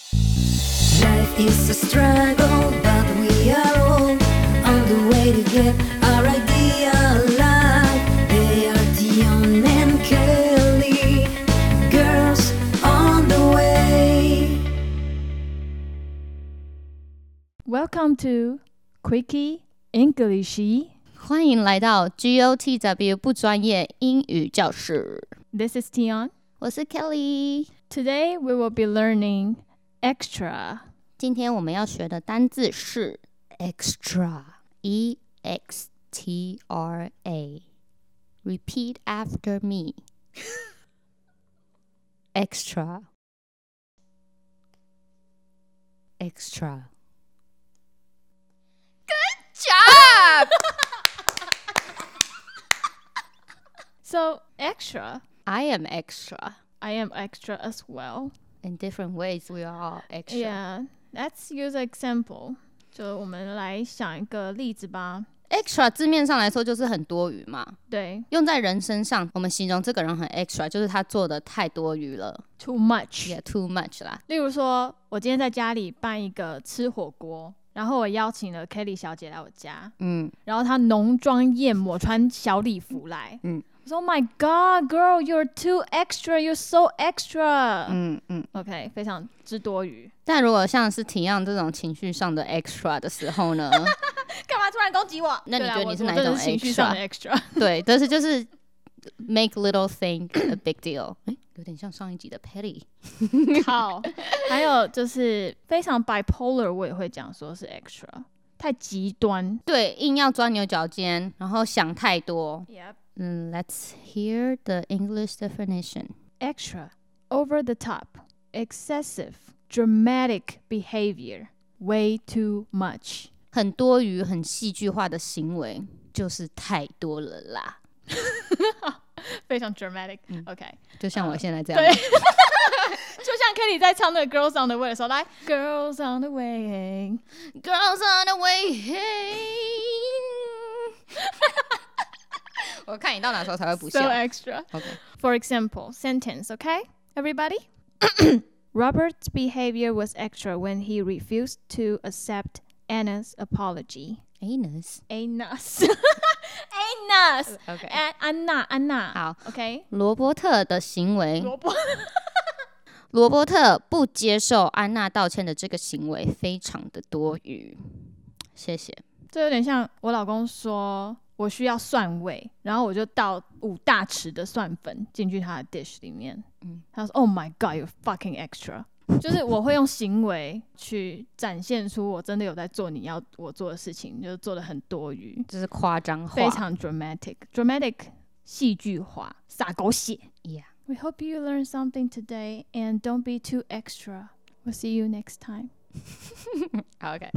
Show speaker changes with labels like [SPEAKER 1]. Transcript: [SPEAKER 1] Life is a struggle, but we are all on the way to get our ideal life. They are Dion and Kelly, girls on the way.
[SPEAKER 2] Welcome to Quickie English.
[SPEAKER 3] 欢迎来到 GOTW 不专业英语教室，
[SPEAKER 2] This is Tion.
[SPEAKER 3] 我是 Kelly。
[SPEAKER 2] Today we will be learning extra.
[SPEAKER 3] 今天我们要学的单字是 extra，e x t r a。Repeat after me. extra. Extra. Good job!
[SPEAKER 2] So, extra,
[SPEAKER 3] I am extra.
[SPEAKER 2] I am extra as well.
[SPEAKER 3] In different ways, we are all extra.
[SPEAKER 2] Yeah, let's use example. 就我们来想一个例子吧。
[SPEAKER 3] extra 字面上来说就是很多余嘛，
[SPEAKER 2] 对
[SPEAKER 3] 用在人身上，我们形容这个人很 extra，就是他做的太多余了，
[SPEAKER 2] ，too much.
[SPEAKER 3] 也 too much 啦。
[SPEAKER 2] 例如说，我今天在家里办一个吃火锅，然后我邀请了 Kelly 小姐来我家，
[SPEAKER 3] 嗯，
[SPEAKER 2] 然后她浓妆艳抹，穿小礼服来。
[SPEAKER 3] 嗯
[SPEAKER 2] 我说，Oh my God, girl, you're too extra, you're so extra。
[SPEAKER 3] 嗯嗯。
[SPEAKER 2] OK，非常之多余。
[SPEAKER 3] 但如果像是体样这种情绪上的 extra 的时候呢，
[SPEAKER 2] 干嘛突然攻击我？
[SPEAKER 3] 那你
[SPEAKER 2] 对啦啊
[SPEAKER 3] 觉得你
[SPEAKER 2] 我
[SPEAKER 3] 是
[SPEAKER 2] 我
[SPEAKER 3] 哪一
[SPEAKER 2] 真的
[SPEAKER 3] 种
[SPEAKER 2] 情绪上的 extra？
[SPEAKER 3] 对，但是就是 make little thing a big deal，哎、有点像上一集的 petty。
[SPEAKER 2] 好，还有就是非常 bipolar，我也会讲说是 extra，太极端。
[SPEAKER 3] 对，硬要钻牛角尖，然后想太多。
[SPEAKER 2] Yep,
[SPEAKER 3] 嗯，Let's hear the English definition。
[SPEAKER 2] extra, over the top, excessive, dramatic behavior, way too much.
[SPEAKER 3] 很多余、很戏剧化的行为，就是太多了啦。
[SPEAKER 2] 非常 dramatic。OK，
[SPEAKER 3] 嗯就像我现在这样，
[SPEAKER 2] 对，就像 Kelly 在唱那个 Girls on the Way 的时候，来 Girls on the Way，
[SPEAKER 3] Girls on the way。我看你到哪时候才会不
[SPEAKER 2] so
[SPEAKER 3] 笑
[SPEAKER 2] extra。
[SPEAKER 3] ？OK，
[SPEAKER 2] For example, sentence, okay? Everybody? Robert's behavior was extra when he refused to accept Anna's apology.
[SPEAKER 3] 哎 anus。
[SPEAKER 2] Anna's. Anna's.
[SPEAKER 3] OK，
[SPEAKER 2] An- Anna, Anna.
[SPEAKER 3] 好，
[SPEAKER 2] Okay.
[SPEAKER 3] 罗伯特的行为，
[SPEAKER 2] 萝 卜。
[SPEAKER 3] 罗伯特不接受安娜道歉的这个行为非常的多余。谢谢。
[SPEAKER 2] 这有点像我老公说我需要蒜味，然后我就倒五大匙的蒜粉进去他的 dish 里面。
[SPEAKER 3] 嗯
[SPEAKER 2] 他说：“Oh my god, you're fucking extra。”就是我会用行为去展现出我真的有在做你要我做的事情，就是做的很多余，
[SPEAKER 3] 这是夸张化，
[SPEAKER 2] 非常 dramatic, dramatic 戏剧化，撒狗血。
[SPEAKER 3] Yeah.
[SPEAKER 2] We hope you learn something today and don't be too extra. We'll see you next time.
[SPEAKER 3] OK，